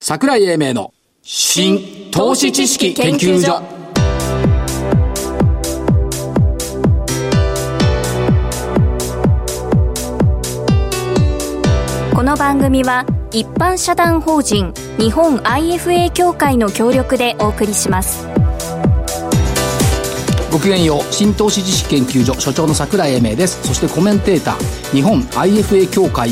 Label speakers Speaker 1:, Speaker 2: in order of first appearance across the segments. Speaker 1: 桜井英明の新投資知識研究所
Speaker 2: この番組は一般社団法人日本 IFA 協会の協力でお送りします
Speaker 1: ごきげんよう新投資知識研究所所長の桜井英明ですそしてコメンテーター日本 IFA 協会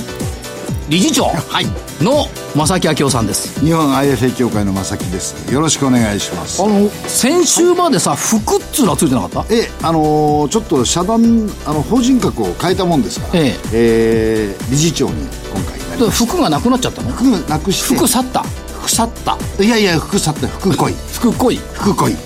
Speaker 1: 理事長、はい、の正木明夫さんです
Speaker 3: 日本 IFA 協会の正木ですよろしくお願いします
Speaker 1: あの先週までさ服っつうのはついてなかった
Speaker 3: ええあのーちょっと社団あの法人格を変えたもんですから、
Speaker 1: え
Speaker 3: ええ理事長に今回なり
Speaker 1: だから服がなくなっちゃったの
Speaker 3: 服なくして
Speaker 1: 服去った服去った
Speaker 3: いやいや服去った服来い
Speaker 1: 服来い
Speaker 3: 服来い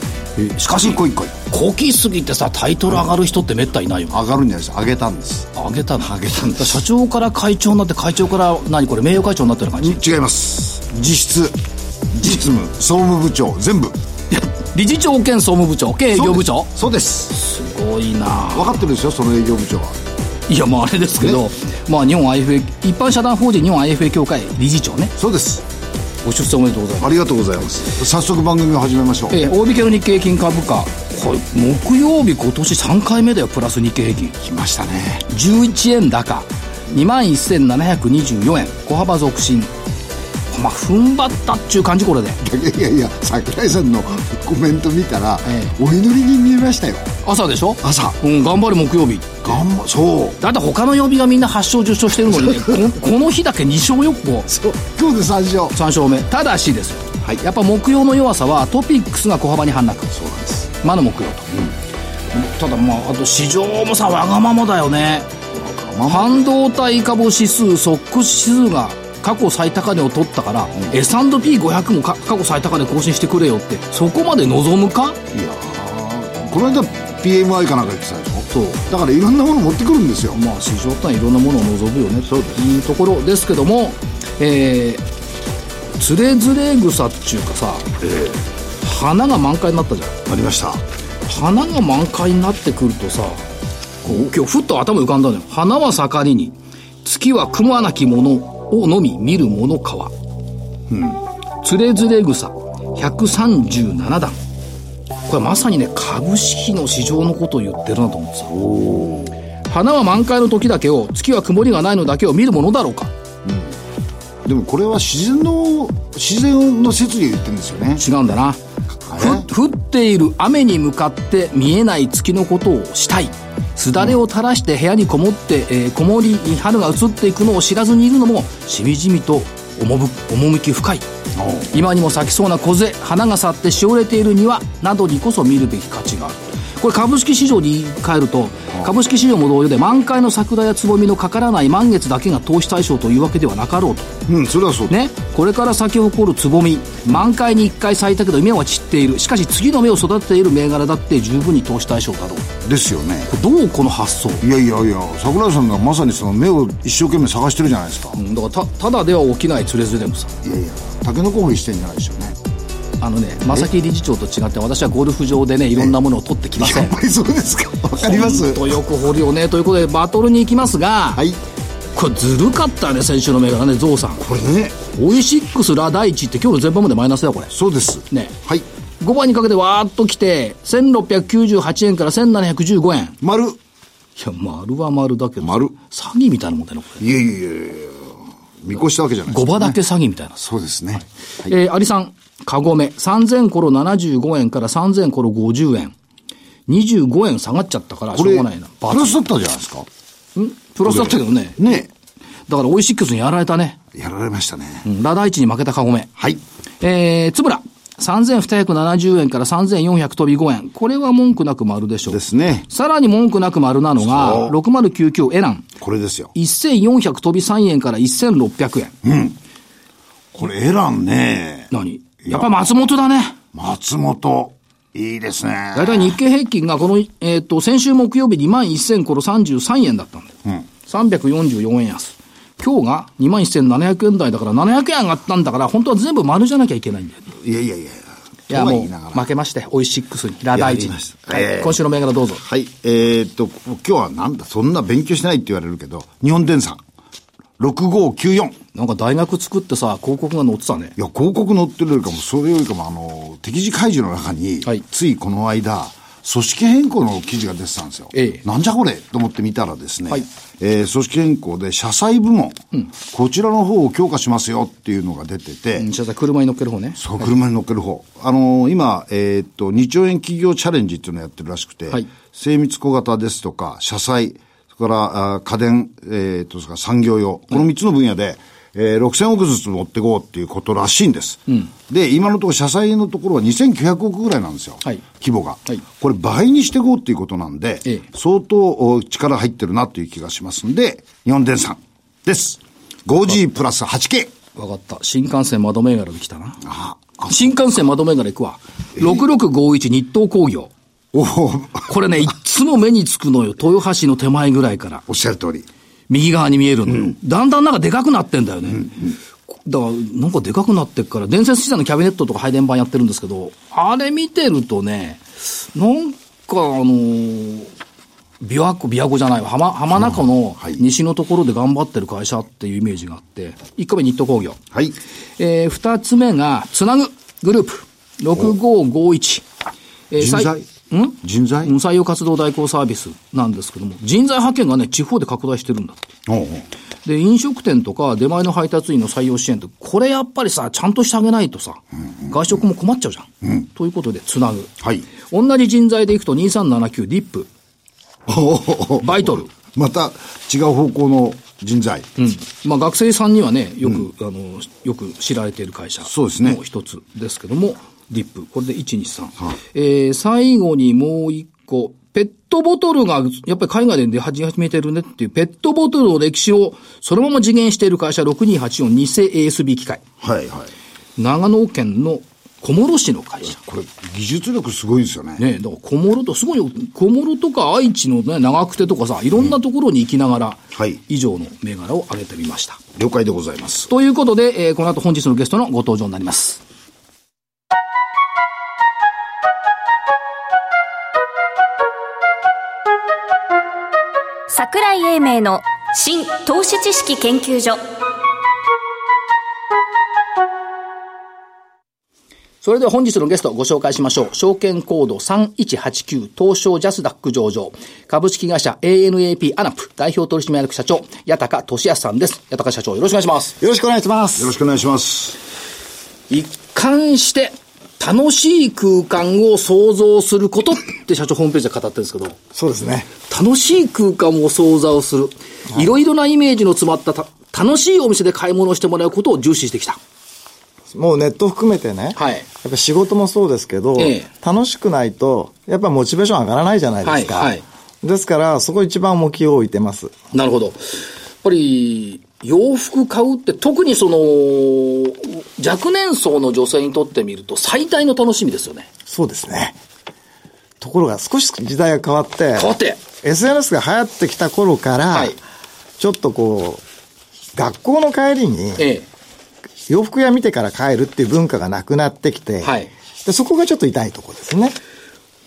Speaker 1: しかし
Speaker 3: 服来い来い
Speaker 1: こきすぎてさタイトル上がる人ってめったにないよね
Speaker 3: 上がるんじゃないです上げたんです
Speaker 1: 上げたの
Speaker 3: 上げたんです
Speaker 1: 社長から会長になって会長から何これ名誉会長になってる感じ
Speaker 3: 違います実質実務総務部長全部
Speaker 1: 理事長兼総務部長兼営業部長
Speaker 3: そうです
Speaker 1: すごいな
Speaker 3: 分かってるでしょその営業部長はい
Speaker 1: やまああれですけど、まあ日本 IFA 一般社団法人日本 IFA 協会理事長ね
Speaker 3: そうです
Speaker 1: ご出世おめでとうございます
Speaker 3: ありがとうございます早速番組を始めましょう
Speaker 1: ええ大引けの日経平均株価これ木曜日今年3回目だよプラス日経平均
Speaker 3: 来ましたね
Speaker 1: 11円高2万1724円小幅続伸まあ踏ん張ったっちゅう感じこれで
Speaker 3: いやいや桜井さんのコメント見たら、
Speaker 1: え
Speaker 3: お祈りに見えましたよ
Speaker 1: 朝でしょ
Speaker 3: 朝
Speaker 1: うん頑張る木曜日
Speaker 3: 頑張そう
Speaker 1: だって他の曜日がみんな8勝10勝してるのに ねここの日だけ2勝4個
Speaker 3: そう今日で三勝
Speaker 1: 3勝目ただしですよ、
Speaker 3: はい
Speaker 1: やっぱ木曜の弱さはトピックスが小幅に反落
Speaker 3: そうなんです
Speaker 1: 魔の木曜と、ただまああと市場もさわがままだよね
Speaker 3: まあまあ
Speaker 1: 半導体株指数ソックス指数が過去最高値を取ったから、S&P500 もか過去最高値更新してくれよってそこまで望むか
Speaker 3: いやーこの間 PMI かなんか言ってたでしょそうだからいろんなもの持ってくるんですよ
Speaker 1: まあ市場ってのはいろんなものを望むよね
Speaker 3: そうです
Speaker 1: というところですけどもえー、つれづれ草っちゅうかさ、花が満開になったじゃん
Speaker 3: ありました
Speaker 1: 花が満開になってくるとさこう今日ふっと頭浮かんだのよ花は盛りに月は雲まなきものをのみ見るものかはうんつれづれ草137段これまさにね株式の市場のことを言ってるなと思ってさ花は満開の時だけを月は曇りがないのだけを見るものだろうか
Speaker 3: でもこれは自然の自然の説理を言ってるんですよね
Speaker 1: 違うんだなふ降っている雨に向かって見えない月のことをしたいすだれを垂らして部屋にこもって、えー、こもりに春が移っていくのを知らずにいるのもしみじみと趣ぶ趣深い今にも咲きそうな小勢花が去ってしおれている庭などにこそ見るべき価値があるこれ株式市場に言い換えると株式市場も同様で満開の桜やつぼみのかからない満月だけが投資対象というわけではなかろうと
Speaker 3: うんそれはそうだ
Speaker 1: ね、これから咲き誇るつぼみ満開に1回咲いたけど芽は散っているしかし次の芽を育てている銘柄だって十分に投資対象だろう
Speaker 3: ですよね
Speaker 1: これどうこの発想
Speaker 3: いやいやいや桜井さんがまさにその目を一生懸命探してるじゃないですか、
Speaker 1: うんだからたただでは起きないつれづれもさ
Speaker 3: いやいやタケノコ掘りしてんじゃないでしょうね
Speaker 1: あのね正木理事長と違って私はゴルフ場でねいろんなものを取ってきませ
Speaker 3: や
Speaker 1: ん
Speaker 3: っぱりそうですかわかります
Speaker 1: とよく掘るよねということでバトルに行きますが、
Speaker 3: はい
Speaker 1: これずるかったね先週の銘柄ねゾウさん
Speaker 3: これね
Speaker 1: オイシックスラ第一って今日の前半までマイナスだよこれ
Speaker 3: そうです
Speaker 1: ね
Speaker 3: はい
Speaker 1: 5番にかけてわーっと来て1698円から1715円
Speaker 3: 丸
Speaker 1: いや、丸は丸だけど。
Speaker 3: 丸
Speaker 1: 詐欺みたいなもんだよね、こ
Speaker 3: いやいやいやいや見越したわけじゃない
Speaker 1: れ。5場だけ詐欺みたいな。
Speaker 3: そうですね
Speaker 1: えー、アリさん、カゴメ、3000コロ75円から3000コロ50円。25円下がっちゃったから、し
Speaker 3: こ
Speaker 1: ょう
Speaker 3: れ
Speaker 1: がないな。バ
Speaker 3: プラスだったじゃないですか
Speaker 1: ツんプラスだったけどね。
Speaker 3: ね
Speaker 1: だから、オイシックスにやられたね。
Speaker 3: やられましたね
Speaker 1: うん、ラダイチに負けたカゴメ。
Speaker 3: はい
Speaker 1: えー、つぶら。3270円から3400飛び5円。これは文句なく丸でしょう
Speaker 3: で。すね
Speaker 1: さらに文句なく丸なのが、
Speaker 3: そ
Speaker 1: 6099エナン。
Speaker 3: これですよ
Speaker 1: 1400飛び3円から1600円。
Speaker 3: これエランね
Speaker 1: 何やっぱ松本だね。
Speaker 3: 松本いいですね
Speaker 1: だいたい日経平均がこの、えっ、と、先週木曜日2万1000頃33円だったんだよ。344円安。今日が2万1700円台だから700円上がったんだから、本当は全部丸じゃなきゃいけないんだよね。
Speaker 3: いやいやいや
Speaker 1: いや、
Speaker 3: とは
Speaker 1: も
Speaker 3: 言
Speaker 1: う、
Speaker 3: いながら
Speaker 1: 負けまして、オイシックスに、ラダイチに。
Speaker 3: やりました
Speaker 1: はい
Speaker 3: ええ
Speaker 1: 今週の銘柄どうぞ。
Speaker 3: はいえーっと今日はなんだそんな勉強してないって言われるけど日本電産6594。
Speaker 1: なんか大学作ってさ、広告が載ってたね。
Speaker 3: いや、広告載ってるよりかも、それよりかも、あの、敵時開示の中に、
Speaker 1: はい
Speaker 3: ついこの間、組織変更の記事が出てたんですよ。
Speaker 1: ええ
Speaker 3: なんじゃこれと思って見たらですね、
Speaker 1: はい
Speaker 3: えー組織変更で社債部門、こちらの方を強化しますよっていうのが出てて、
Speaker 1: うん、じゃあ車に乗っける方ね。
Speaker 3: そう、車に乗っける方。あのー今、えーっと、2兆円企業チャレンジっていうのをやってるらしくて、
Speaker 1: はい
Speaker 3: 精密小型ですとか、車載、それから、あー家電、えーっと、それから産業用、この3つの分野で、えー6000億ずつ持ってこうっていうことらしいんです。で、今のところ、車載のところは2900億ぐらいなんですよ。
Speaker 1: はい
Speaker 3: 規模が、
Speaker 1: はい
Speaker 3: これ倍にしていこうっていうことなんで、
Speaker 1: ええ
Speaker 3: 相当お力入ってるなという気がしますんで、日本電産です。5G プラス 8K。
Speaker 1: わかった。新幹線窓銘柄できたな。
Speaker 3: あ
Speaker 1: 新幹線窓銘柄行くわ。6651日東工業。
Speaker 3: おお、
Speaker 1: これね、いっつも目につくのよ。豊橋の手前ぐらいから。
Speaker 3: おっしゃる通り。
Speaker 1: 右側に見えるのよ。だんだんなんかでかくなってんだよね。だから、なんかでかくなってっから、伝説資産のキャビネットとか配電盤やってるんですけど、あれ見てるとね、なんかあのー琵琶湖、琵琶湖じゃないわ浜、浜中の
Speaker 3: はい
Speaker 1: 西のところで頑張ってる会社っていうイメージがあって、1個目ニット工業。
Speaker 3: はい。
Speaker 1: えー、2つ目が、つなぐグループ、6551。えー
Speaker 3: 人材
Speaker 1: さいん
Speaker 3: 人材
Speaker 1: うん採用活動代行サービスなんですけども、人材派遣がね、地方で拡大してるんだって。
Speaker 3: おうおう
Speaker 1: で、飲食店とか出前の配達員の採用支援って、これやっぱりさ、ちゃんとしてあげないとさ、外食も困っちゃうじゃん。ということで、つなぐ。
Speaker 3: はい。
Speaker 1: 同じ人材でいくと2379、ディップ、
Speaker 3: おうおうおう
Speaker 1: バイトル。
Speaker 3: また違う方向の人材。
Speaker 1: うんまあ、学生さんにはね、よく、あの、よく知られている会社
Speaker 3: そうですね
Speaker 1: の一つですけども、ディップ、これで1、2、3。えー最後にもう一個、ペットボトルが、やっぱり海外で出始めてるねっていう、ペットボトルの歴史をそのまま次元している会社6284、偽 ASB 機械。
Speaker 3: はいはい。
Speaker 1: 長野県の小諸市の会社。
Speaker 3: これ、技術力すごいですよね。
Speaker 1: ねだから小諸と、すごいよ、小諸とか愛知のね、長久手とかさ、いろんなところに行きながら、
Speaker 3: はい
Speaker 1: 以上の銘柄を挙げてみました。
Speaker 3: 了解でございます。
Speaker 1: ということで、えーこの後本日のゲストのご登場になります。
Speaker 2: 桜井英明の新投資知識研究所
Speaker 1: それでは本日のゲストをご紹介しましょう。証券コード3189東証ジャスダック上場株式会社 ANAP アナップ代表取締役社長八高俊康さんです。八高社長よろしくお願いします。
Speaker 4: よろしくお願いします
Speaker 3: よろ。しくお願いします。
Speaker 1: 一貫して楽しい空間を想像することって社長ホームページで語ってるんですけど、
Speaker 4: そうですね。
Speaker 1: 楽しい空間を想像する。いろいろなイメージの詰まったた楽しいお店で買い物をしてもらうことを重視してきた。
Speaker 4: もうネット含めてね、
Speaker 1: はい
Speaker 4: やっぱ仕事もそうですけど、
Speaker 1: ええ
Speaker 4: 楽しくないと、やっぱモチベーション上がらないじゃないですか。
Speaker 1: はいはい
Speaker 4: ですから、そこ一番重きを置いてます。
Speaker 1: なるほど。やっぱり、洋服買うって、特にその、若年層の女性にとってみると、最大の楽しみですよね。
Speaker 4: そうですね。ところが少し時代が変わって、
Speaker 1: 変わって、
Speaker 4: SNS が流行ってきた頃から、
Speaker 1: はい
Speaker 4: ちょっとこう、学校の帰りに、
Speaker 1: え
Speaker 4: 洋服屋見てから帰るっていう文化がなくなってきて、
Speaker 1: はい
Speaker 4: でそこがちょっと痛いところですね。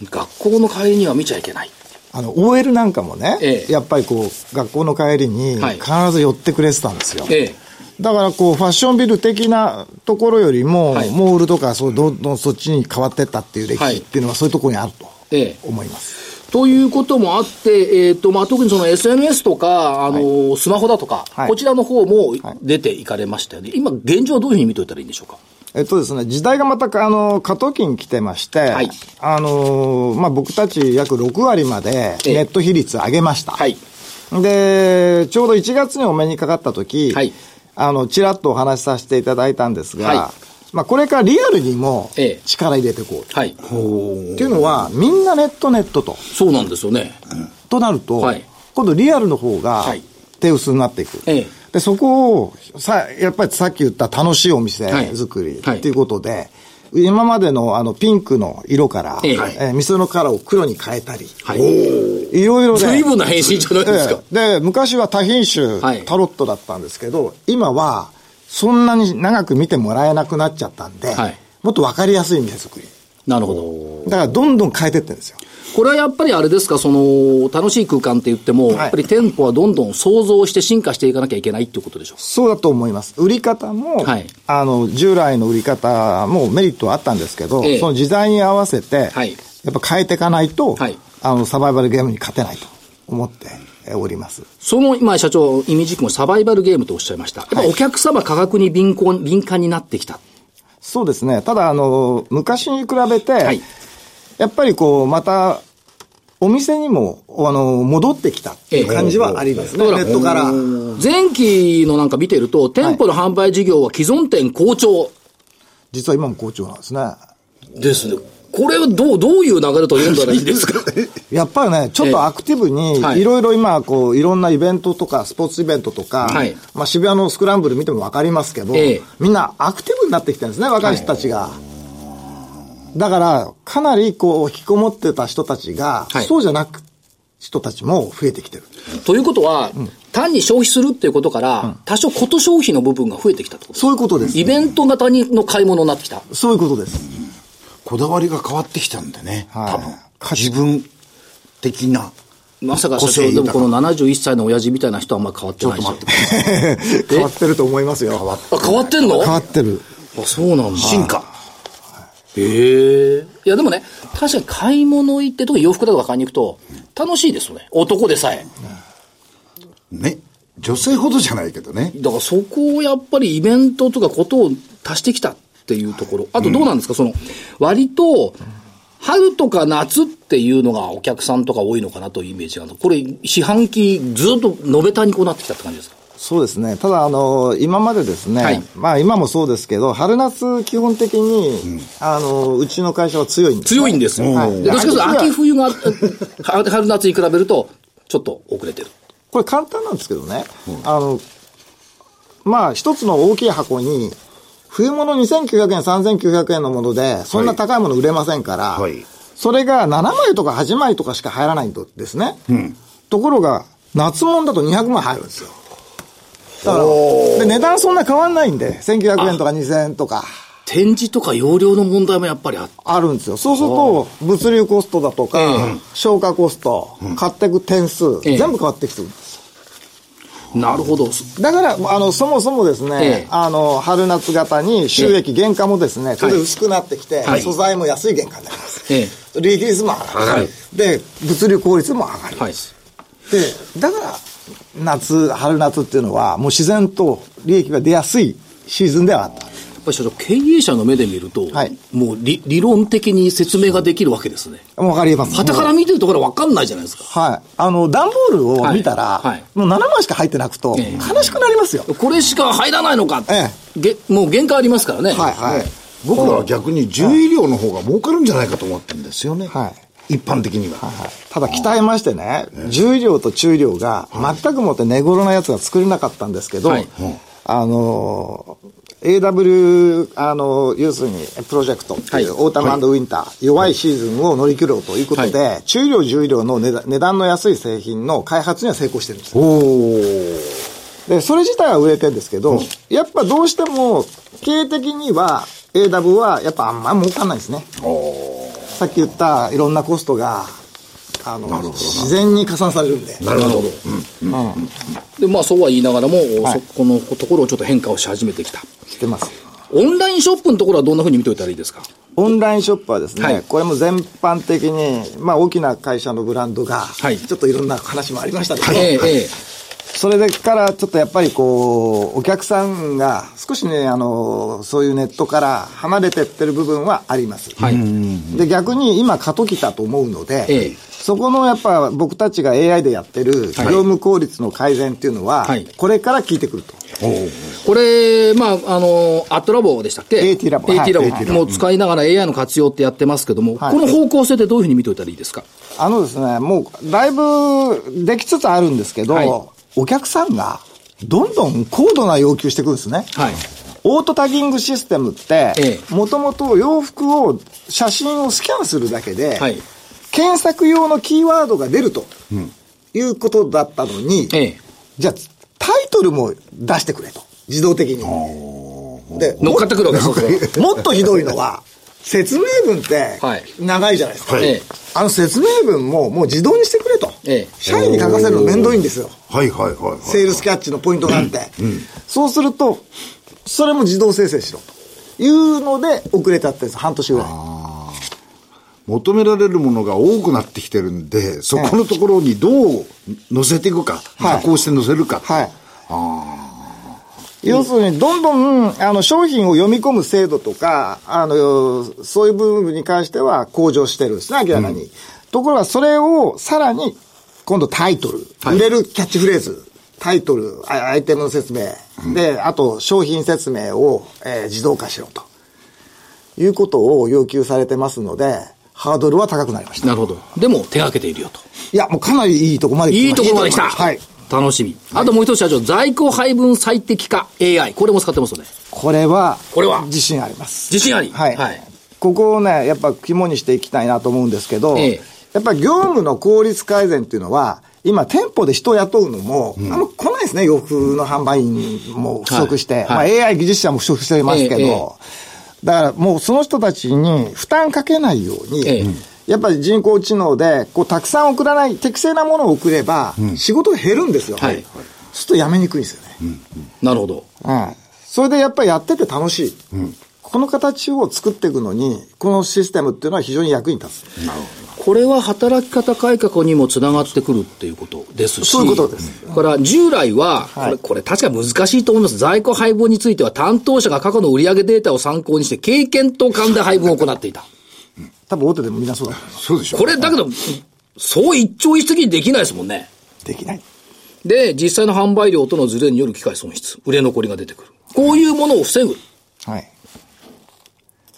Speaker 1: え、学校の帰りには見ちゃいけない。
Speaker 4: あの、OL なんかもね、
Speaker 1: ええ
Speaker 4: やっぱりこう、学校の帰りに
Speaker 1: はい
Speaker 4: 必ず寄ってくれてたんですよ。
Speaker 1: ええ、
Speaker 4: だからこう、ファッションビル的なところよりも、
Speaker 1: はい
Speaker 4: モールとか、そう、どんどんそっちに変わってったっていう歴
Speaker 1: はい
Speaker 4: 史っていうのは、そういうところにあると
Speaker 1: ええ。
Speaker 4: 思います。
Speaker 1: ということもあって、えっ、と、まあ、特にその SNS とか、あのスマホだとか、
Speaker 4: はい
Speaker 1: こちらの方も
Speaker 4: はい
Speaker 1: 出ていかれましたよね。今、現状はどういうふうに見といたらいいんでしょうか。
Speaker 4: えっとですね、時代がまた、あの、過渡期に来てまして、
Speaker 1: はい
Speaker 4: あの、まあ、僕たち約6割まで
Speaker 1: ええ
Speaker 4: ネット比率上げました。
Speaker 1: はい。
Speaker 4: で、ちょうど1月にお目にかかった時、
Speaker 1: はい
Speaker 4: あの、ちらっとお話しさせていただいたんですが、
Speaker 1: は
Speaker 4: まあ、これからリアルにも
Speaker 1: ええ
Speaker 4: 力入れていこうと。
Speaker 1: はい。
Speaker 4: っていうのは、みんなネットネットと。
Speaker 1: そうなんですよね。
Speaker 4: となると、
Speaker 1: はい
Speaker 4: 今度リアルの方が
Speaker 1: はい
Speaker 4: 手薄になっていく。
Speaker 1: ええ
Speaker 4: で、そこを、さ、やっぱりさっき言った楽しいお店
Speaker 1: はい
Speaker 4: 作り
Speaker 1: はい
Speaker 4: っていうことで、今までのあのピンクの色から、
Speaker 1: ええ
Speaker 4: えー店のカラーを黒に変えたり、
Speaker 1: はい。
Speaker 4: いろいろね
Speaker 1: 随分な変身じゃないですか。
Speaker 4: ええで、昔は多品種、
Speaker 1: はい
Speaker 4: タロットだったんですけど、今は、そんなに長く見てもらえなくなっちゃったんで、
Speaker 1: はい
Speaker 4: もっとわかりやすい店作り。
Speaker 1: なるほど。
Speaker 4: だからどんどん変えてってるんですよ。
Speaker 1: これはやっぱりあれですか、その、楽しい空間って言っても、やっぱり店舗はどんどん想像して進化していかなきゃいけないっていうことでしょうか
Speaker 4: そうだと思います。売り方も、
Speaker 1: はい
Speaker 4: あの、従来の売り方もメリットはあったんですけど、
Speaker 1: ええ
Speaker 4: その時代に合わせて、
Speaker 1: はい
Speaker 4: やっぱ変えていかないと、
Speaker 1: はい
Speaker 4: あの、サバイバルゲームに勝てないと思ってえおります。
Speaker 1: その、今、社長、イミジックもサバイバルゲームとおっしゃいました。やっぱお客様価格に敏感、敏感になってきた。
Speaker 4: そうですね。ただ、あの、昔に比べて、
Speaker 1: はい
Speaker 4: やっぱりこう、また、お店にも、あの、戻ってきたっていう感じはありますね。
Speaker 1: ええ
Speaker 4: ネットから。
Speaker 1: 前期のなんか見てると、店舗の販売事業は既存店好調。
Speaker 4: 実は今も好調なんですね。
Speaker 1: ですね。これをどう、どういう流れと読んだらいいですか
Speaker 4: やっぱりね、ちょっ
Speaker 1: ええ
Speaker 4: とアクティブに
Speaker 1: は、い
Speaker 4: いろいろ今、こう、いろんなイベントとか、スポーツイベントとか、
Speaker 1: はい
Speaker 4: まあ渋谷のスクランブル見てもわかりますけど、
Speaker 1: ええ
Speaker 4: みんなアクティブになってきてるんですね、若い人たちが。だから、かなりこう、引きこもってた人たちが、
Speaker 1: はい
Speaker 4: そうじゃなく、人たちも増えてきてる。
Speaker 1: ということは、単に消費するっていうことから、多少こと消費の部分が増えてきたってことです
Speaker 4: そういうことです
Speaker 1: イ。ベント型にの買い物になってきた。
Speaker 4: そういうことです。
Speaker 3: こだわりが変わってきたんでね、
Speaker 4: はい
Speaker 3: 多分。自分的な。
Speaker 1: まさか
Speaker 3: 個
Speaker 1: 社長、
Speaker 3: 性
Speaker 1: でも
Speaker 3: 豊か
Speaker 1: この71歳の親父みたいな人はあんまり変わってないでしょ。
Speaker 4: 変わってると思いますよ。変わ
Speaker 1: あ、変わってんの
Speaker 4: ってる。
Speaker 1: あ、そうなんだ。
Speaker 3: 進化。
Speaker 1: へえ。いや、でもね、確かに買い物行って、特に洋服だとか買いに行くと、楽しいですよね。男でさえ。
Speaker 3: ね。女性ほどじゃないけどね。
Speaker 1: だからそこをやっぱりイベントとかことを足してきたっていうところ。あとどうなんですか、その、割と、春とか夏っていうのがお客さんとか多いのかなというイメージがある。これ、四半期ずっと延べたにこうなってきたって感じですか
Speaker 4: そうですね。ただ、あの、今までですね、
Speaker 1: はい
Speaker 4: まあ今もそうですけど、春夏基本的に、あの、うちの会社は強いんです。
Speaker 1: 強いんですよ。
Speaker 4: はい
Speaker 1: でどっちかというと
Speaker 4: 秋冬は
Speaker 1: 秋冬が、あ春夏に比べると、ちょっと遅れてる。
Speaker 4: これ簡単なんですけどね、あの、まあ一つの大きい箱に、冬物2900円、3900円のもので、そんな高いもの売れませんから、
Speaker 3: はい
Speaker 4: それが7枚とか8枚とかしか入らないんですね。ところが、夏物だと200枚入るんですよ。だから、で値段そんな変わんないんで、1900円とか2000円とか。
Speaker 1: 展示とか容量の問題もやっぱりあって。
Speaker 4: あるんですよ。そうすると、物流コストだとか、消化コスト、買っていく点数、
Speaker 1: ええ
Speaker 4: 全部変わってきてるんです。
Speaker 1: なるほど。
Speaker 4: だから、あの、そもそもですね、
Speaker 1: ええ
Speaker 4: あの、春夏型に収益、原価もですね、それで薄くなってきて、
Speaker 1: はい
Speaker 4: 素材も安い原価になります。
Speaker 1: え
Speaker 4: 利率も上がる、
Speaker 1: はい
Speaker 4: で、物流効率も上がる。
Speaker 1: え。はい。
Speaker 4: で、だから、夏、春夏っていうのは、もう自然と利益が出やすいシーズンではあった。
Speaker 1: やっぱり所長、経営者の目で見ると、
Speaker 4: はい
Speaker 1: もう理理論的に説明ができるわけですね。
Speaker 4: わかります。
Speaker 1: 傍から見てるところは分かんないじゃないですか。
Speaker 4: はい。あの、段ボールを見た
Speaker 1: は
Speaker 4: ら、
Speaker 1: いはい
Speaker 4: もう7枚しか入ってなくと、
Speaker 1: ええ
Speaker 4: 悲しくなりますよ。
Speaker 1: これしか入らないのか、
Speaker 4: え
Speaker 1: げもう限界ありますからね。
Speaker 4: はいはい。
Speaker 3: 僕らは逆に獣医療の方が儲かるんじゃないかと思ってるんですよね。
Speaker 4: は
Speaker 3: 一般的には。
Speaker 4: ただ、鍛えましてね、重量と中量が全くもって寝頃なやつが作れなかったんですけど、
Speaker 1: はい
Speaker 4: あのー、AW、あのー、要するに、プロジェクトっていう、
Speaker 1: はい
Speaker 4: オータムウィンター、弱いシーズンを乗り切ろうということで、中量、重量の値段値段の安い製品の開発には成功してるんですよで、それ自体は売れてるんですけど、やっぱどうしても、経営的には、AW はやっぱあんま儲かんないですね。さっき言ったいろんなコストが、あの、自然に加算されるんで。
Speaker 3: なるほど。
Speaker 1: で、まあそうは言いながらも、
Speaker 4: はい
Speaker 1: そこのところをちょっと変化をし始めてきた。
Speaker 4: 知ってます。
Speaker 1: オンラインショップのところはどんな風に見ておいたらいいですか
Speaker 4: オンラインショップはですね、
Speaker 1: はい
Speaker 4: これも全般的に、まあ大きな会社のブランドが、
Speaker 1: はい
Speaker 4: ちょっといろんな話もありましたけど、
Speaker 1: ええ、ええ。
Speaker 4: それでからちょっとやっぱりこう、お客さんが少しね、あの、そういうネットから離れてってる部分はあります。
Speaker 1: はい。
Speaker 4: で、逆に今過渡期だと思うので、
Speaker 1: ええ
Speaker 4: そこのやっぱ僕たちが AI でやってる業務効率の改善っていうのは、
Speaker 1: はい
Speaker 4: これから効いてくると。
Speaker 1: これ、まあ、あの、アットラボでしたっけ
Speaker 4: AT ラボ
Speaker 1: AT ラボ。
Speaker 4: はい
Speaker 1: もう使いながら AI の活用ってやってますけども、
Speaker 4: はい
Speaker 1: この方向性ってどういう風に見ておいたらいいですか
Speaker 4: あのですね、もうだいぶできつつあるんですけど、
Speaker 1: はい
Speaker 4: お客さんがどんどん高度な要求してくるんですね。
Speaker 1: はい。
Speaker 4: オートタギングシステムっ
Speaker 1: え
Speaker 4: て、
Speaker 1: え
Speaker 4: もともと洋服を、写真をスキャンするだけで、
Speaker 1: はい
Speaker 4: 検索用のキーワードが出ると、いうことだったのに、
Speaker 1: ええ
Speaker 4: じゃあタイトルも出してくれと、自動的に。で
Speaker 1: 乗っかってくるわけですよ。
Speaker 4: もっとひどいのは、説明文って
Speaker 1: はい
Speaker 4: 長いじゃないですか、
Speaker 3: はい
Speaker 1: え
Speaker 4: あの説明文ももう自動にしてくれと、
Speaker 1: ええ
Speaker 4: 社員に書かせるの面倒いんですよ
Speaker 3: はいはいはいはい。
Speaker 4: セールスキャッチのポイントがあって、そうするとそれも自動生成しろというので遅れたってです半年ぐらい
Speaker 3: 求められるものが多くなってきてるんで、そこのところにどう乗せていくか、
Speaker 4: はい
Speaker 3: 加工して乗せるか。
Speaker 4: はい。要するに、どんどん、あの、商品を読み込む精度とか、あの、そういう部分に関しては向上してるんですね、明らかに。ところが、それをさらに、今度タイトル、売れるキャッチフレーズ、タイトル、あアイテムの説明、で、あと、商品説明を、えー自動化しろと。いうことを要求されてますので、ハードルは高くなりました。
Speaker 1: なるほど。でも、手がけているよと。
Speaker 4: いや、もうかなりいいとこまで
Speaker 1: いいところまで来た。
Speaker 4: はい。
Speaker 1: 楽しみ。あともう一つ社長、在庫配分最適化 AI。これも使ってますよね。
Speaker 4: これは、
Speaker 1: これは
Speaker 4: 自信あります。
Speaker 1: 自信あり。
Speaker 4: はい。ここをね、やっぱ肝にしていきたいなと思うんですけど、
Speaker 1: ええ
Speaker 4: やっぱ業務の効率改善っていうのは、今店舗で人を雇うのも、あんま来ないですね、洋服の販売員も不足して。
Speaker 1: はいはい
Speaker 4: まあ AI 技術者も不足してますけど、
Speaker 1: えええ
Speaker 4: だからもうその人たちに負担かけないように、
Speaker 1: ええ
Speaker 4: やっぱり人工知能で、こう、たくさん送らない、適正なものを送れば、仕事が減るんですよ。
Speaker 1: はいはい
Speaker 4: そうするとやめにくいんですよね。
Speaker 1: なるほど。
Speaker 4: うん。それでやっぱりやってて楽しい。この形を作っていくのに、このシステムっていうのは非常に役に立つ。
Speaker 1: これは働き方改革にもつながってくるっていうことですし。
Speaker 4: そういうことです。
Speaker 1: これは従来は、
Speaker 4: はい
Speaker 1: これ、これ確か難しいと思います。在庫配分については担当者が過去の売上データを参考にして経験と勘で配分を行っていた。
Speaker 4: 多分大手でもみんなそうだと思います
Speaker 3: そうでしょ。
Speaker 1: これだけど、そう一朝一夕にできないですもんね。
Speaker 4: できない。
Speaker 1: で、実際の販売量とのズレによる機械損失、売れ残りが出てくる。こういうものを防ぐ。
Speaker 4: はい。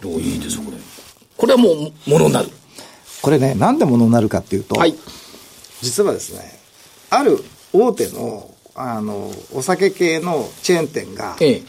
Speaker 1: おいいですよ、これ。これはもう、ものになる。
Speaker 4: これね、なんでものになるかっていうと、
Speaker 1: はい。
Speaker 4: 実はですね、ある大手の、あの、お酒系のチェーン店が、
Speaker 1: ええ。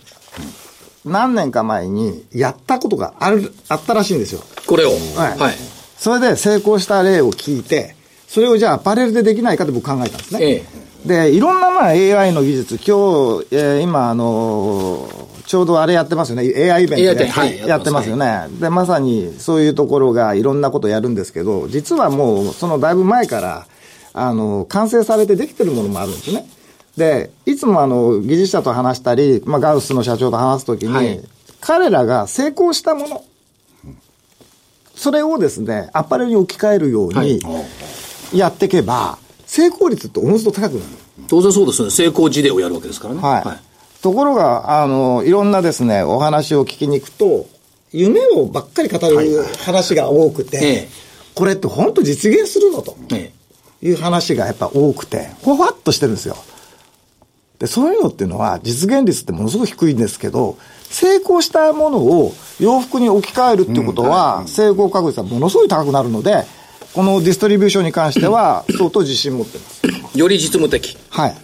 Speaker 4: 何年か前にやったことがある、あったらしいんですよ。
Speaker 1: これを。
Speaker 4: はい。
Speaker 1: はい。
Speaker 4: それで成功した例を聞いて、それをじゃあアパレルでできないかって僕考えたんですね。
Speaker 1: え
Speaker 4: で、いろんなまあ AI の技術、今日、えー今あのーちょうどあれやってますよね。AI イベント
Speaker 1: AI
Speaker 4: で、
Speaker 1: はい
Speaker 4: やってますよね。で、まさにそういうところがいろんなことやるんですけど、実はもうそのだいぶ前から、あの、完成されてできてるものもあるんですね。で、いつもあの、技術者と話したり、まあ、ガウスの社長と話すときに、
Speaker 1: はい
Speaker 4: 彼らが成功したもの、それをですね、アパレルに置き換えるよう
Speaker 1: はい
Speaker 4: にやっていけば、成功率っておのずと高くなる。
Speaker 1: 当然そうですよね。成功事例をやるわけですからね。
Speaker 4: はい。ところが、あの、いろんなですね、お話を聞きに行くと、夢をばっかり語る話が多くて、
Speaker 1: ええ
Speaker 4: これって本当実現するのと
Speaker 1: え
Speaker 4: いう話がやっぱ多くて、ほわっとしてるんですよ。で、そういうのっていうのは、実現率ってものすごく低いんですけど、成功したものを洋服に置き換えるっていうことは、成功確率はものすごい高くなるので、このディストリビューションに関しては、相当自信持ってます。
Speaker 1: えより実務的。
Speaker 4: はい。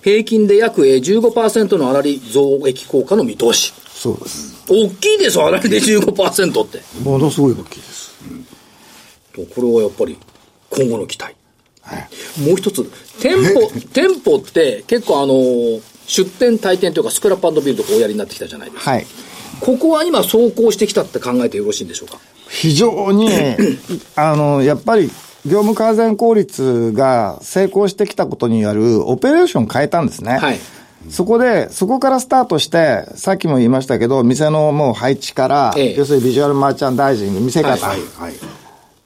Speaker 1: 平均で約えー15%の粗利増益効果の見通し。
Speaker 4: そうです。
Speaker 1: 大きいですよ、粗利で15%って。
Speaker 4: ものすごい大きいです。
Speaker 1: とこれはやっぱり今後の期待、もう一つ店舗店舗って結構あのー出店退店というかスクラップビルドをおやりになってきたじゃないですか
Speaker 4: はい。
Speaker 1: ここは今走行してきたって考えてよろしいんでしょうか
Speaker 4: 非常に、あの、やっぱり、業務改善効率が成功してきたことによるオペレーション変えたんですね。
Speaker 1: はい
Speaker 4: そこで、そこからスタートして、さっきも言いましたけど、店のもう配置から、
Speaker 1: ええ
Speaker 4: 要するにビジュアルマーチャンダイジング、見せ方、
Speaker 3: はいはい。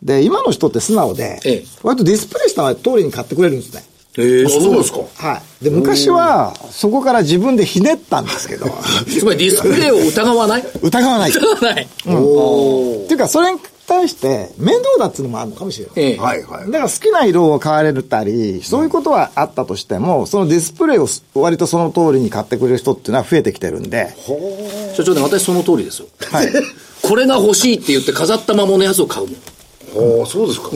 Speaker 4: で、今の人って素直で、
Speaker 1: ええ
Speaker 4: 割とディスプレイした通りに買ってくれるんですね。
Speaker 1: ええ
Speaker 3: あそうですか。
Speaker 4: はい。で、昔は、そこから自分でひねったんですけど、
Speaker 1: つまりディスプレイを疑わない
Speaker 4: 疑わない。っ
Speaker 1: 疑わない
Speaker 4: ていうか、それに対して、面倒だっていうのもあるのかもしれない。
Speaker 1: ええ
Speaker 3: はいはい。
Speaker 4: だから好きな色を買われたり、そういうことはあったとしても、そのディスプレイをす割とその通りに買ってくれる人っていうのは増えてきてるんで、
Speaker 1: 所長ね私その通りですよ
Speaker 4: はい。
Speaker 1: これが欲しいって言って飾ったままのやつを買うもん
Speaker 3: ああ、そうですか。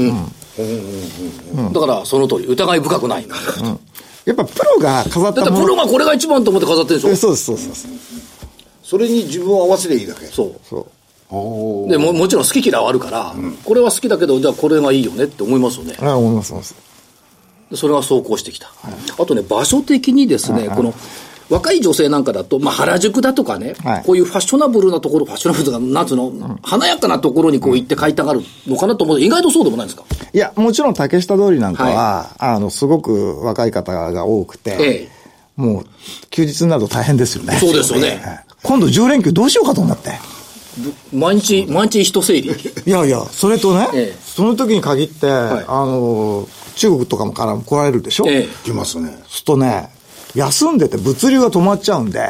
Speaker 1: だからその通り疑い深くない、だって
Speaker 4: やっぱプロが飾っ
Speaker 1: プ
Speaker 4: たもの。
Speaker 1: ロがこれが一番と思って飾ってるで
Speaker 4: え
Speaker 1: しょ
Speaker 4: そうです、そうですそうです。
Speaker 3: それに自分を合わせりゃいいだけ。
Speaker 1: そう
Speaker 4: そう。
Speaker 3: お
Speaker 1: でももちろん好き嫌いはあるから、これは好きだけどじゃあこれがいいよねって思いますよね
Speaker 4: あ思います、思います。
Speaker 1: でそれが走行してきた、あとね場所的にですね、この若い女性なんかだと、まあ、原宿だとかね、
Speaker 4: はい
Speaker 1: こういうファッショナブルなところ、ファッショナブルとか、なんつうの、華やかなところにこう行って買いたがるのかなと思う意外とそうでもないんですか
Speaker 4: いや、もちろん竹下通りなんかは、あの、すごく若い方が多くて、
Speaker 1: ええ
Speaker 4: もう、休日になると大変ですよね。
Speaker 1: そうですよね
Speaker 4: はい今度10連休どうしようかと思って。
Speaker 1: 毎日、毎日一整理。
Speaker 4: いやいや、それとね、
Speaker 1: ええ
Speaker 4: その時に限って、
Speaker 1: い
Speaker 4: あの、中国とかもからも来られるでしょ、
Speaker 1: ええ。
Speaker 3: きますね。
Speaker 4: するとね、休んでて物流が止まっちゃうんで、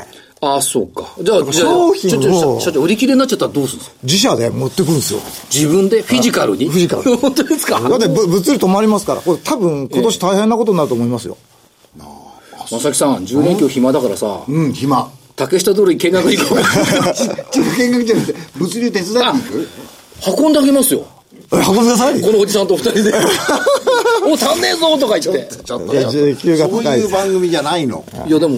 Speaker 1: ああ、そうか。じゃあ、じゃあ
Speaker 4: 商品を
Speaker 1: ちょちょ社社長、売り切れになっちゃったらどうするんですか
Speaker 4: 自社で持ってくんですよ。
Speaker 1: 自分でフィジカルに
Speaker 4: フィジカ ル
Speaker 1: 本当ですか
Speaker 4: だってぶ物流止まりますから、これ多分今年大変なことになると思いますよ。
Speaker 1: まさきさん、10連休暇だからさ、
Speaker 3: うん、暇。
Speaker 1: 竹下通り見学行こう。
Speaker 3: ちょっと見学じゃなくて、物流手伝っていく
Speaker 1: 運んであげますよ。
Speaker 4: え運んでください。
Speaker 1: このおじさんと二人で。もう足んねえぞとか言って。
Speaker 3: ちょっと
Speaker 4: いや時給が
Speaker 3: そう
Speaker 4: 高い
Speaker 3: い
Speaker 4: で
Speaker 3: う
Speaker 4: す
Speaker 3: 番組じゃないの。
Speaker 1: いや、でも、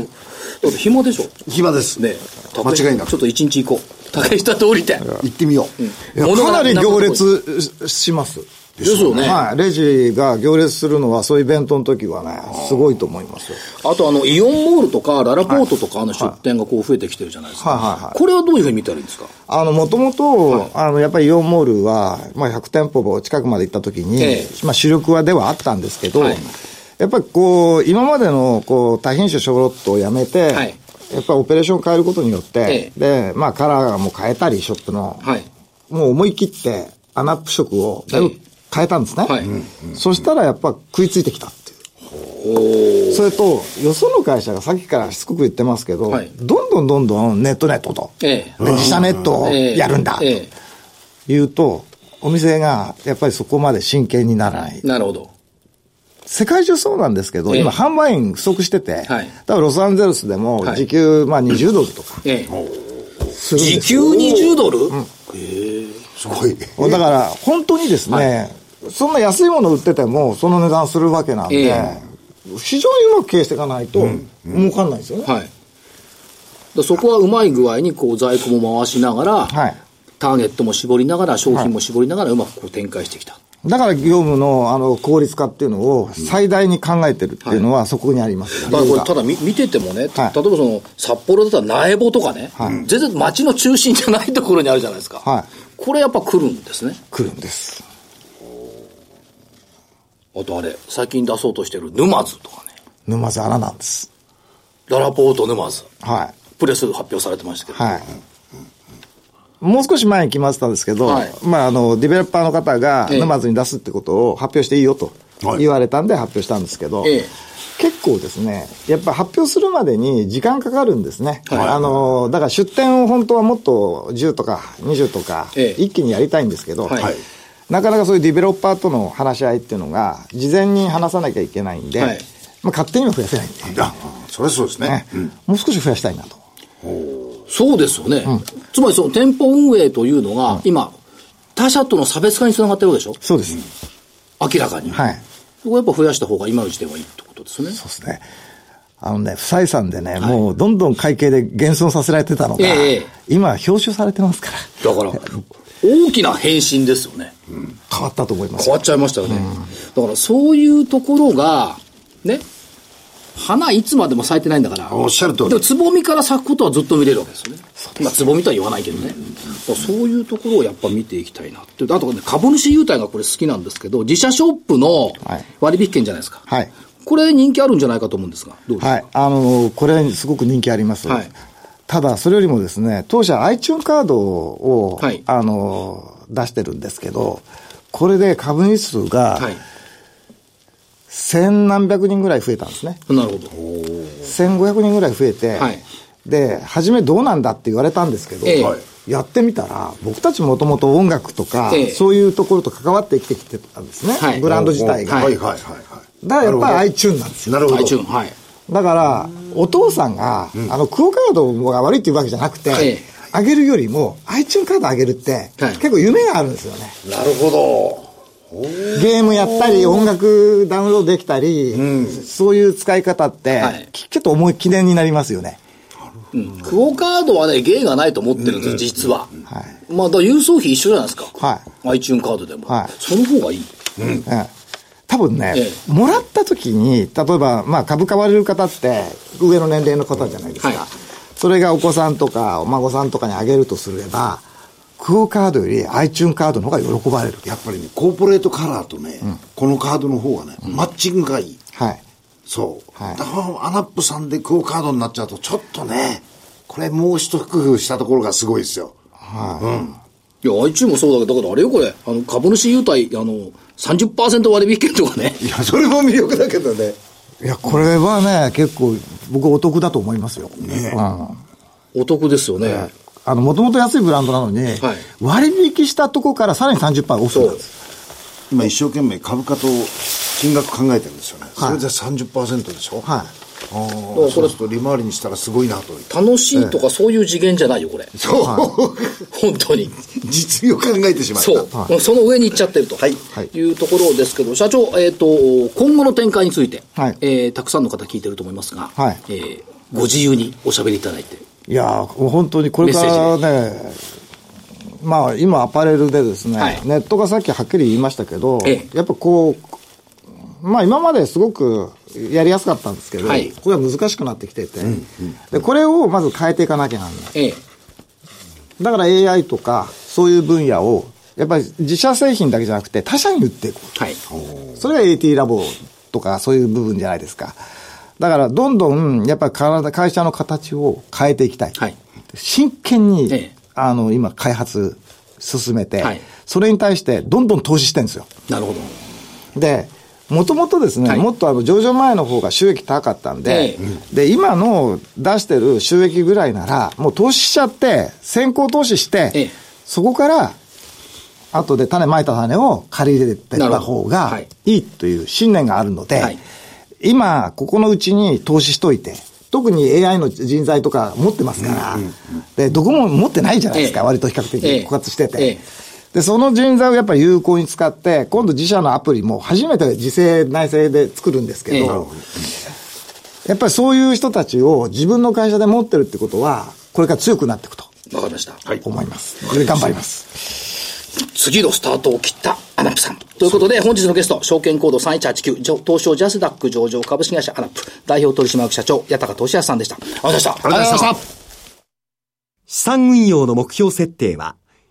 Speaker 1: だって暇でしょ。
Speaker 3: 暇です。
Speaker 1: ねえ
Speaker 3: 間違いなく
Speaker 1: ちょっと一日行こう。竹下通り店。
Speaker 3: 行ってみよう。
Speaker 4: いや
Speaker 1: 物が
Speaker 4: かなり
Speaker 1: なくなる
Speaker 4: 行列しします。
Speaker 1: ですよね。
Speaker 4: はい。レジが行列するのは、そういうイベントの時はね、すごいと思いますよ。
Speaker 1: あと、あの、イオンモールとか、ララポートとか、あの、出店がこう増えてきてるじゃないですか。
Speaker 4: はいはいはい
Speaker 1: これはどういうふうに見たらいいんですか
Speaker 4: あの、もともと、あの、やっぱりイオンモールは、まあ、100店舗近くまで行った時に、
Speaker 1: ええ
Speaker 4: まあ、主力はではあったんですけど、
Speaker 1: はい
Speaker 4: やっぱりこう、今までの、こう、多品種ショロットをやめて、
Speaker 1: はい
Speaker 4: やっぱりオペレーションを変えることによっ
Speaker 1: え、
Speaker 4: てで、まあ、カラーも変えたり、ショップの、
Speaker 1: はい。
Speaker 4: もう思い切って、アナップ色をだいぶ変えたんですね。
Speaker 1: はい
Speaker 4: うんそしたらやっぱ食いついてきたっていう。それと、よその会社がさっきからしつこく言ってますけど、
Speaker 1: はい
Speaker 4: どんどんどんどんネットネットと、
Speaker 1: ええ
Speaker 4: で自社ネットを
Speaker 1: ええ
Speaker 4: やるんだ、
Speaker 1: え
Speaker 4: 言うと、お店がやっぱりそこまで真剣にならない
Speaker 1: え。なるほど。
Speaker 4: 世界中そうなんですけど、
Speaker 1: ええ
Speaker 4: 今販売員不足してて、
Speaker 1: はい
Speaker 4: 多分ロサンゼルスでも
Speaker 1: はい
Speaker 4: 時給、まあ20ドルとか
Speaker 1: ええ。
Speaker 4: するん
Speaker 1: 時
Speaker 4: です
Speaker 1: 給20ドル、
Speaker 3: すごい。
Speaker 4: だから、本当にですね、そんな安いもの売ってても、その値段するわけなんで、
Speaker 1: ええ
Speaker 4: 非常にうまく経営していかないと、儲かんないですよね。
Speaker 1: はい。だそこはうまい具合にこう在庫も回しながら、
Speaker 4: はい
Speaker 1: ターゲットも絞りながら、商品も絞りながら、うまくこう展開してきた。
Speaker 4: だから、業務の、あの、効率化っていうのを最大に考えてるっていうのは、そこにあります。
Speaker 1: だからこ
Speaker 4: 理由
Speaker 1: れ
Speaker 4: が
Speaker 1: ただ見見ててもね、例えば
Speaker 4: はい
Speaker 1: その札幌だったら苗穂とかね、
Speaker 4: はい
Speaker 1: 全然街の中心じゃないところにあるじゃないですか、
Speaker 4: はい
Speaker 1: これやっぱ来るんですね、
Speaker 4: 来るんです。
Speaker 1: あとあれ、最近出そうとしてる沼津とかね、
Speaker 4: 沼津穴なんです。
Speaker 1: ララポート沼津、
Speaker 4: はい。
Speaker 1: プレス発表されてましたけど、
Speaker 4: はい。もう少し前に決まってたんですけど、
Speaker 1: はい
Speaker 4: まあ、あの、ディベロッパーの方が
Speaker 1: ええ
Speaker 4: 沼津に出すってことを発表していいよと
Speaker 3: はい
Speaker 4: 言われたんで発表したんですけど、
Speaker 1: ええ
Speaker 4: 結構ですね、やっぱ発表するまでに時間かかるんですね。
Speaker 1: はい
Speaker 4: あの、だから出店を本当はもっと10とか20とか、
Speaker 1: ええ
Speaker 4: 一気にやりたいんですけど、
Speaker 1: はい
Speaker 4: なかなかそういうディベロッパーとの話し合いっていうのが、事前に話さなきゃいけないんで、
Speaker 1: はい
Speaker 4: まあ、勝手には増やせないんで、
Speaker 3: あ、それはそうですね
Speaker 4: ね。もう少し増やしたいなと。
Speaker 1: そうですよね、つまりその店舗運営というのが、今、他社との差別化につながってるわけでしょ、
Speaker 4: そうです。
Speaker 1: 明らかに、
Speaker 4: はい。
Speaker 1: ここやっぱ増やした方が今の時点はいいってことですね。
Speaker 4: そうですね。あのね、不採算でね、もうどんどん会計で減損させられてたのが、
Speaker 1: ええ
Speaker 4: 今、表彰されてますから、
Speaker 1: だから、大きな変身ですよね。
Speaker 4: 変わったと思います
Speaker 1: 変わ
Speaker 4: よ。
Speaker 1: っちゃいましたよね。だからそういうところが、ね、花いつまでも咲いてないんだから。
Speaker 3: おっしゃる通り
Speaker 1: でもつぼみから咲くことはずっと見れるわけですよね。まあつぼみとは言わないけどね。だからそういうところをやっぱ見ていきたいなって。あとね、株主優待がこれ好きなんですけど、自社ショップの
Speaker 4: はい
Speaker 1: 割引券じゃないですか。
Speaker 4: はい。
Speaker 1: これ人気あるんじゃないかと思うんですが、どうですか、
Speaker 4: はい。あの、これ、すごく人気あります。
Speaker 1: はい
Speaker 4: ただ、それよりもですね、当社 iTune カードを、
Speaker 1: はい
Speaker 4: あの、出してるんですけど、これで株主数が、
Speaker 1: はい。
Speaker 4: 千何百人ぐらい増えたんですね。
Speaker 1: なるほど。
Speaker 4: 1500人ぐらい増えて、
Speaker 1: はい
Speaker 4: で、初めどうなんだって言われたんですけど、
Speaker 1: ええ
Speaker 4: やってみたら、僕たちもともと音楽とか、
Speaker 1: ええ
Speaker 4: そういうところと関わって生きてきてたんですね、
Speaker 1: はい
Speaker 4: ブランド自体が。
Speaker 1: は
Speaker 3: はいいはいはいはい。
Speaker 4: だからやっぱり
Speaker 3: り
Speaker 4: iTune なんですよ。
Speaker 3: なるほど。
Speaker 1: iTune、はい。
Speaker 4: だから、お父さんが、あの、クオカードが悪いっていうわけじゃなくて、
Speaker 1: ええ
Speaker 4: あげるよりも、iTune カードあげるって、
Speaker 1: はい
Speaker 4: 結構夢があるんですよね。
Speaker 3: なるほど。
Speaker 4: ゲームやったり、音楽ダウンロードできたり、そういう使い方って、
Speaker 1: はい
Speaker 4: きちょっと思い記念になりますよね。
Speaker 1: うんクオカードはね、芸がないと思ってるんですよ、実は。
Speaker 4: はい
Speaker 1: まあ、だから郵送費一緒じゃないですか。
Speaker 4: は
Speaker 1: iTune カードでも。
Speaker 4: はい
Speaker 1: その方がいい。
Speaker 4: うん多多分ね、
Speaker 1: え
Speaker 4: もらった時に、例えば、まあ、株買われる方って、上の年齢の方じゃないですか。
Speaker 1: はい
Speaker 4: それがお子さんとか、お孫さんとかにあげるとすれば、クオカードより iTune カードの方が喜ばれる。
Speaker 3: やっぱりね、コーポレートカラーとね、このカードの方がね、マッチングがいい。
Speaker 4: はい。
Speaker 3: そう。
Speaker 4: はい
Speaker 3: だから、アナップさんでクオカードになっちゃうと、ちょっとね、これもう一工夫したところがすごいですよ。
Speaker 1: いや、iTune もそうだけど、だからあれよ、これ、あの、株主優待、あの、30%割引券とかね。
Speaker 3: いや、それも魅力だけどね。
Speaker 4: いや、これはね、結構、僕お得だと思いますよ。うん
Speaker 1: お得ですよね。
Speaker 4: あの、もともと安いブランドなのに、
Speaker 1: はい
Speaker 4: 割引したとこからさらに30%オフなんです。
Speaker 3: 今一生懸命株価と金額考えてるんですよね。それで30%でしょ
Speaker 4: はい。
Speaker 3: ああ、そうすると利回りにしたらすごいなと。
Speaker 1: 楽しいとかそういう次元じゃないよ、これ。
Speaker 3: そう。
Speaker 1: 本当に。
Speaker 3: 実用考えてしまった。
Speaker 1: そう、その上に行っちゃってると、い、うところですけど、社長、えっ、と、今後の展開について、
Speaker 4: はい
Speaker 1: えーたくさんの方聞いてると思いますが、
Speaker 4: はい
Speaker 1: えーご自由におしゃべりいただいて。
Speaker 4: いやー、もう本当にこれからね、まあ今アパレルでですね、
Speaker 1: はい
Speaker 4: ネットがさっきはっきり言いましたけど、
Speaker 1: ええ
Speaker 4: やっぱこう、まあ今まですごくやりやすかったんですけど、
Speaker 1: はい
Speaker 4: これは難しくなってきてて、で、これをまず変えていかなきゃなんない。
Speaker 1: ええ
Speaker 4: だから AI とか、そういう分野を、やっぱり自社製品だけじゃなくて他社に売っていこう。
Speaker 1: はい。
Speaker 4: それが AT ラボとかそういう部分じゃないですか。だから、どんどん、やっぱり体会社の形を変えていきたい。
Speaker 1: はい
Speaker 4: 真剣に、
Speaker 1: ええ
Speaker 4: あの、今、開発進めて、
Speaker 1: はい
Speaker 4: それに対して、どんどん投資してるんですよ。
Speaker 1: なるほど。
Speaker 4: で、もともとですね、
Speaker 1: はい
Speaker 4: もっとあの上場前の方が収益高かったん
Speaker 1: え
Speaker 4: で、で、今の出してる収益ぐらいなら、もう投資しちゃって、先行投資して、
Speaker 1: ええ
Speaker 4: そこから、後で種まいた種を借り入れてった方
Speaker 1: なるほどは
Speaker 4: が
Speaker 1: い
Speaker 4: いいという信念があるので、
Speaker 1: はい
Speaker 4: 今、ここのうちに投資しといて、特に AI の人材とか持ってますから、で、どこも持ってないじゃないですか、
Speaker 1: ええ
Speaker 4: 割と比較的
Speaker 1: ええ
Speaker 4: 枯渇してて。
Speaker 1: ええ
Speaker 4: で、その人材をやっぱり有効に使って、今度自社のアプリも初めて自制内製で作るんですけ
Speaker 1: ええ
Speaker 4: ど、やっぱりそういう人たちを自分の会社で持ってるってことは、これから強くなっていくと
Speaker 1: わかりました。はい。
Speaker 4: 思います。これ頑張ります。
Speaker 1: 次のスタートを切ったアナップさん。ということで、本日のゲスト、証券コード3189、上東証ジャスダック上場株式会社アナップ、代表取締役社長、八高俊康さんでした。ありがとうございました。ありがとうございました。
Speaker 5: 資産運用の目標設定は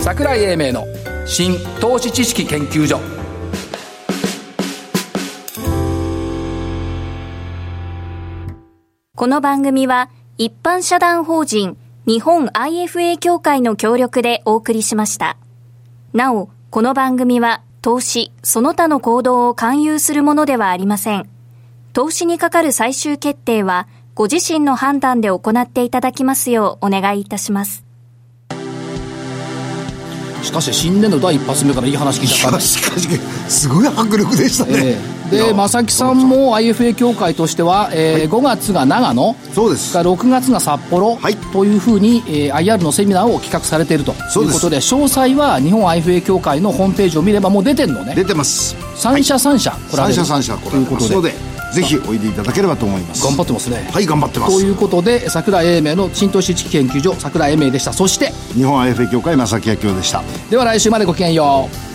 Speaker 1: 桜井英明の新投資知識研究所
Speaker 2: この番組は一般社団法人日本 IFA 協会の協力でお送りしました。なお、この番組は投資、その他の行動を勧誘するものではありません。投資にかかる最終決定はご自身の判断で行っていただきますようお願いいたします。
Speaker 1: しかし新年度第一発目からいい話聞いちゃったね
Speaker 3: しかし、すごい迫力でした
Speaker 1: え
Speaker 3: ね。
Speaker 1: えで正木さんも IFA 協会としては、えー5月が長野
Speaker 3: そうです
Speaker 1: が6月が札幌、
Speaker 3: はい
Speaker 1: というふうに、えー IR のセミナーを企画されていると
Speaker 3: そう
Speaker 1: いう
Speaker 3: です
Speaker 1: ことで詳細は日本 IFA 協会のホームページを見ればもう出てるのね
Speaker 3: 出てます。
Speaker 1: 三社三社来られ
Speaker 3: 三
Speaker 1: る
Speaker 3: 社三社
Speaker 1: と
Speaker 3: 来
Speaker 1: い
Speaker 3: ら
Speaker 1: う
Speaker 3: れ
Speaker 1: こ
Speaker 3: ま
Speaker 1: と
Speaker 3: す
Speaker 1: で
Speaker 3: ので、ぜひおいでいただければと思います。
Speaker 1: 頑張ってますね
Speaker 3: はい、頑張ってま
Speaker 1: とい
Speaker 3: す。
Speaker 1: うことで桜井英明の新投資知識研究所桜井英明でしたそして
Speaker 3: 日本 IFA 協会正木明夫でした。
Speaker 1: では来週までごきげんよう